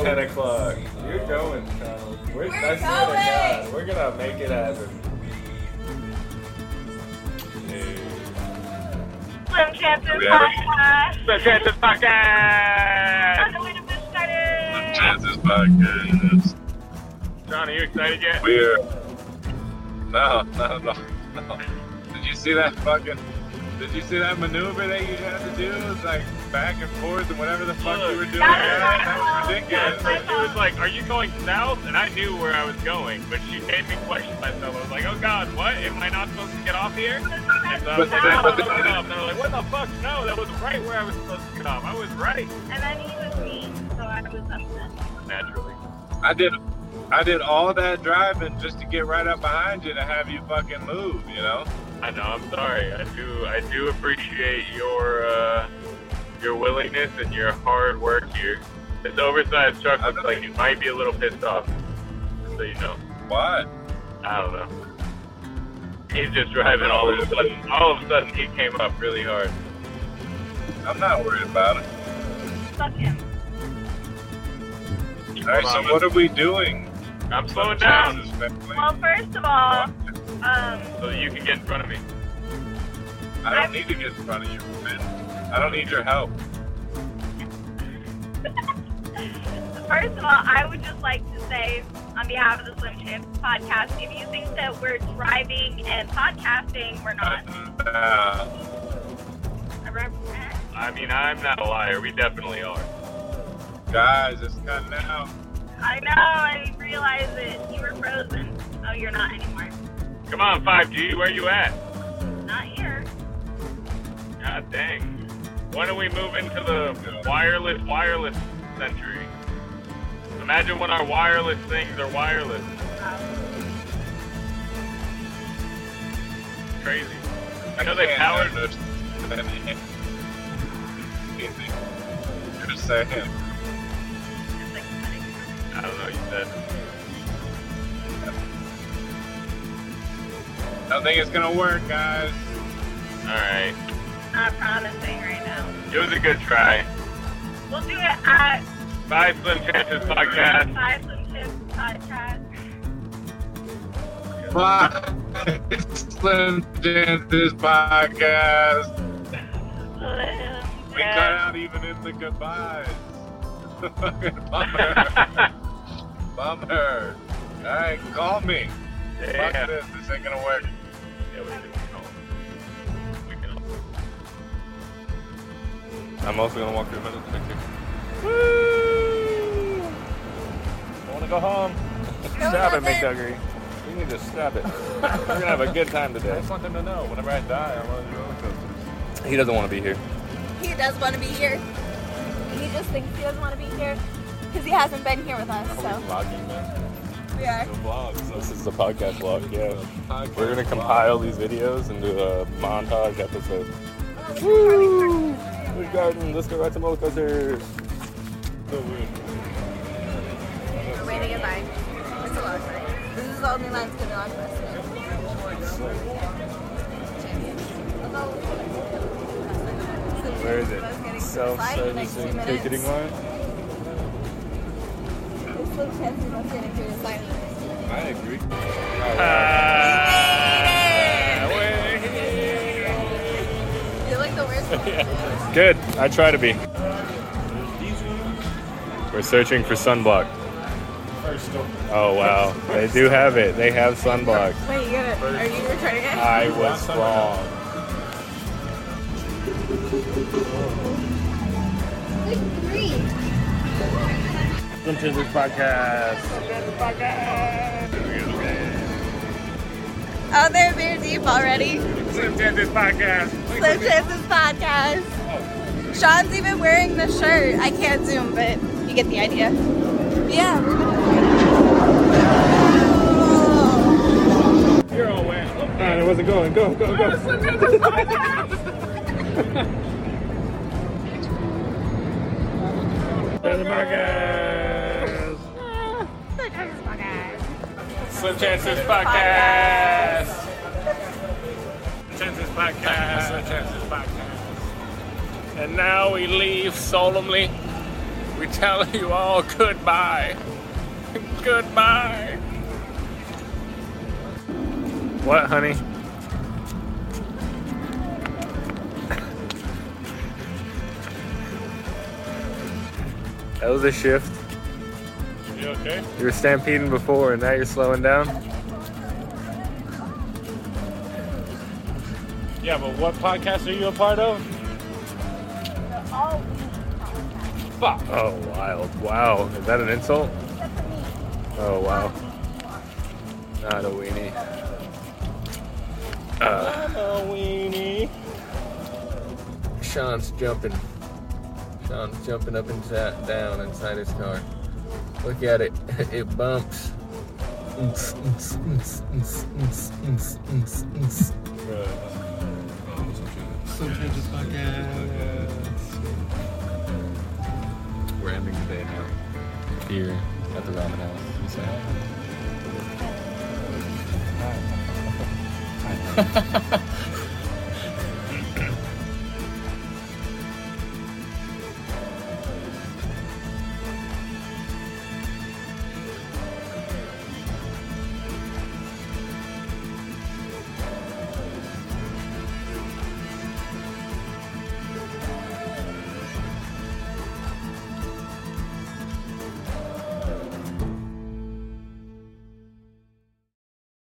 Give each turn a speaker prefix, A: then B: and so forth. A: Fuck. You're going, Charles. We're,
B: We're
A: I swear to God, we're gonna make it happen.
C: Slim Chances
D: Yeah.
C: Podcast.
E: The Chances Podcast!
C: uh, On the way to Cincinnati.
D: Chances podcast.
E: John, are you excited yet?
D: We're no, no, no, no. Did you see that fucking? Did you see that maneuver that you had to do? It was like back and forth and whatever the fuck you were doing.
C: That
D: that was
C: is
D: ridiculous.
C: my
E: She was like, Are you going south? And I knew where I was going, but she made me question myself. I was like, Oh god, what? Am I not supposed to get off here? And so I was
D: But-
E: like, "Oh,
D: but-
E: I'm gonna get off." And I was like, What the fuck? No, that was right where I was supposed to get off. I was right.
C: And then he was mean, so I was upset.
E: Naturally.
D: I did, I did all that driving just to get right up behind you to have you fucking move. You know.
E: I know, I'm sorry. I do I do appreciate your uh, your willingness and your hard work here. This oversized truck looks like it might be a little pissed off. Just so you know.
D: Why?
E: I don't know. He's just driving all of a sudden. All of a sudden, he came up really hard.
D: I'm not worried about it.
C: Fuck him.
D: All right. So what are we doing?
E: I'm slowing down
D: Chances, family?
C: Well, first of all, um,
E: so that you can get in front of me.
D: I don't need to get in front of you, man. I don't need your help.
C: first of all, I would just like to say, on behalf of the Slim Chance podcast, if you think that we're driving and podcasting, we're not.
D: Uh,
C: I represent.
E: I mean, I'm not a liar. We definitely are.
D: Guys, it's cutting out.
C: I know. I realized that you were frozen. Oh, you're not anymore.
E: Come on, 5G, where you at?
C: Not here.
E: God dang. Why don't we move into the wireless, wireless century? Imagine when our wireless things are wireless. Crazy. I know they powered
D: can't understand anything You're saying.
C: It's like cutting.
E: I don't know. You said.
D: I don't think it's gonna work, guys.
E: All right.
C: Not promising right now.
E: It was a good try.
C: We'll do it at
E: Bye, Slim Chances podcast.
C: Five Slim Chance podcast.
D: Bye. Slim Chances podcast. We cut out even in the goodbyes. Fucking Bummer. Bummer. All right, call me. Fuck
E: Damn.
D: this. This ain't gonna work.
E: Yeah, we can help. We can help.
A: I'm also gonna walk through the middle of the picture. I wanna go home. Stop it, McDuggery. You need to stop it. We're gonna have a good time
D: I
A: today.
D: just want them to know. Whenever I die, I want to do roller coasters.
A: He doesn't wanna be here.
B: He does want to be here. He just thinks he doesn't want to be here because he hasn't been here with us. So
A: Vlogging, man.
B: we are.
A: The vlog. So this is the podcast vlog, yeah.
D: Podcast
A: We're gonna
D: vlog.
A: compile these videos into a montage episode.
B: Woo!
A: Food garden, let's go ride some roller coaster. So weird.
B: We're waiting in line. It's a long line. This is the only line that's gonna last us.
A: Where is it? Self-servicing ticketing line?
B: There's little chance of us getting through this line. in the next two minutes.
A: I agree.
B: You're like the worst one.
A: Good. I try to be. We're searching for sunblock. Oh wow, they do have it. They have sunblock.
B: Wait, you gotta, are you returning it?
A: I was wrong. Welcome to this podcast.
B: Oh, they're beer deep already.
E: Slim Chances podcast.
B: Slim Chances podcast. Sean's even wearing the shirt. I can't zoom, but you get the idea. Yeah. we're gonna- Oh.
E: You're a win.
A: Man, it wasn't going. Go, go, go.
B: Ah, Slim Chances podcast.
E: Slim Chances podcast. Chances podcast. Slim Chances podcast. And now we leave solemnly. We tell you all goodbye. goodbye. What, honey? That was a shift.
F: You okay?
E: You were stampeding before, and now you're slowing down.
F: Yeah, but what podcast are you a part of? Fuck.
E: Oh, wild! Wow, is that an insult? Oh, wow. Not a weenie. Uh,
F: Weenie.
E: Sean's jumping. Sean's jumping up and sat down inside his car. Look at it. It bumps.
G: We're ending the day now. Here at the ramen house. you say.